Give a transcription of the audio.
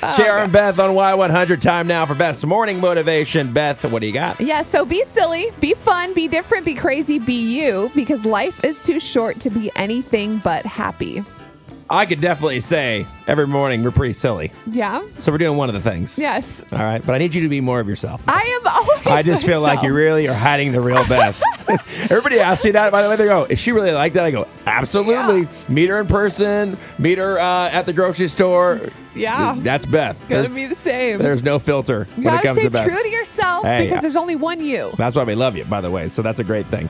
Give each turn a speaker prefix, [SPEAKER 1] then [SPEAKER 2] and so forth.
[SPEAKER 1] Oh,
[SPEAKER 2] Sharon Beth on Y100. Time now for Beth's morning motivation. Beth, what do you got?
[SPEAKER 1] Yeah, so be silly, be fun, be different, be crazy, be you, because life is too short to be anything but happy.
[SPEAKER 2] I could definitely say every morning we're pretty silly.
[SPEAKER 1] Yeah?
[SPEAKER 2] So we're doing one of the things.
[SPEAKER 1] Yes.
[SPEAKER 2] All right. But I need you to be more of yourself.
[SPEAKER 1] I am always.
[SPEAKER 2] I just feel like
[SPEAKER 1] myself.
[SPEAKER 2] you really are hiding the real Beth. Everybody asks me that. By the way, they go, "Is she really like that?" I go, "Absolutely." Meet her in person. Meet her uh, at the grocery store.
[SPEAKER 1] yeah.
[SPEAKER 2] that's Beth.
[SPEAKER 1] Gonna
[SPEAKER 2] There's,
[SPEAKER 1] be the same.
[SPEAKER 2] there's no filter
[SPEAKER 1] you
[SPEAKER 2] when it
[SPEAKER 1] gotta
[SPEAKER 2] comes
[SPEAKER 1] stay
[SPEAKER 2] to Beth.
[SPEAKER 1] true to yourself
[SPEAKER 2] Hey,
[SPEAKER 1] because
[SPEAKER 2] I-
[SPEAKER 1] there's only one you.
[SPEAKER 2] That's why we love you, by the way. So that's a great thing.